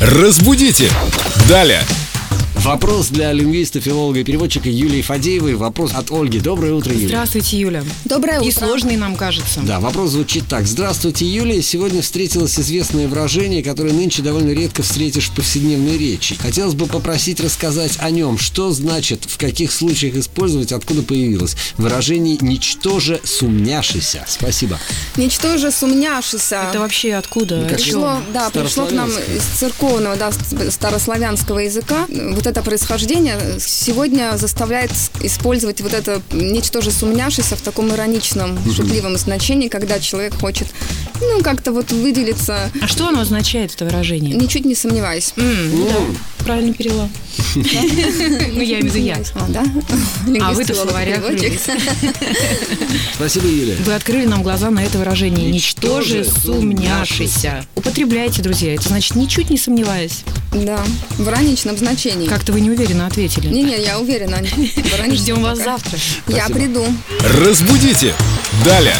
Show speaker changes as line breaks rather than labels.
Разбудите! Далее!
Вопрос для лингвиста, филолога и переводчика Юлии Фадеевой. Вопрос от Ольги. Доброе утро, Юлия.
Здравствуйте, Юля.
Доброе
И
утро.
сложный нам кажется.
Да, вопрос звучит так. Здравствуйте, Юлия. Сегодня встретилось известное выражение, которое нынче довольно редко встретишь в повседневной речи. Хотелось бы попросить рассказать о нем. Что значит, в каких случаях использовать, откуда появилось? Выражение «ничтоже сумняшися». Спасибо.
Ничтоже сумняшися.
Это вообще откуда?
Ну, как
Чё?
Пришло, да, пришло к нам
Старославянское.
из церковного, да, с- старославянского языка. Вот это происхождение сегодня заставляет с- использовать вот это ничтоже сумняшися в таком ироничном, шутливом значении, когда человек хочет, ну, как-то вот выделиться,
А что оно означает, это выражение?
ничуть не сомневаясь.
М, Правильно перела. Ну, я имею в виду я.
А, да?
А вы-то в
Лингвист,
словарях
переводчик.
Спасибо, Юлия.
Вы открыли нам глаза на это выражение «ничтоже
Ничтоже
сумняшися». Употребляйте, друзья, это значит «ничуть не сомневаясь».
Да, в ироничном значении.
Как-то вы неуверенно ответили.
Не-не, я уверена. в ироничном
Ждем вас
пока.
завтра.
Я приду.
Разбудите! Далее!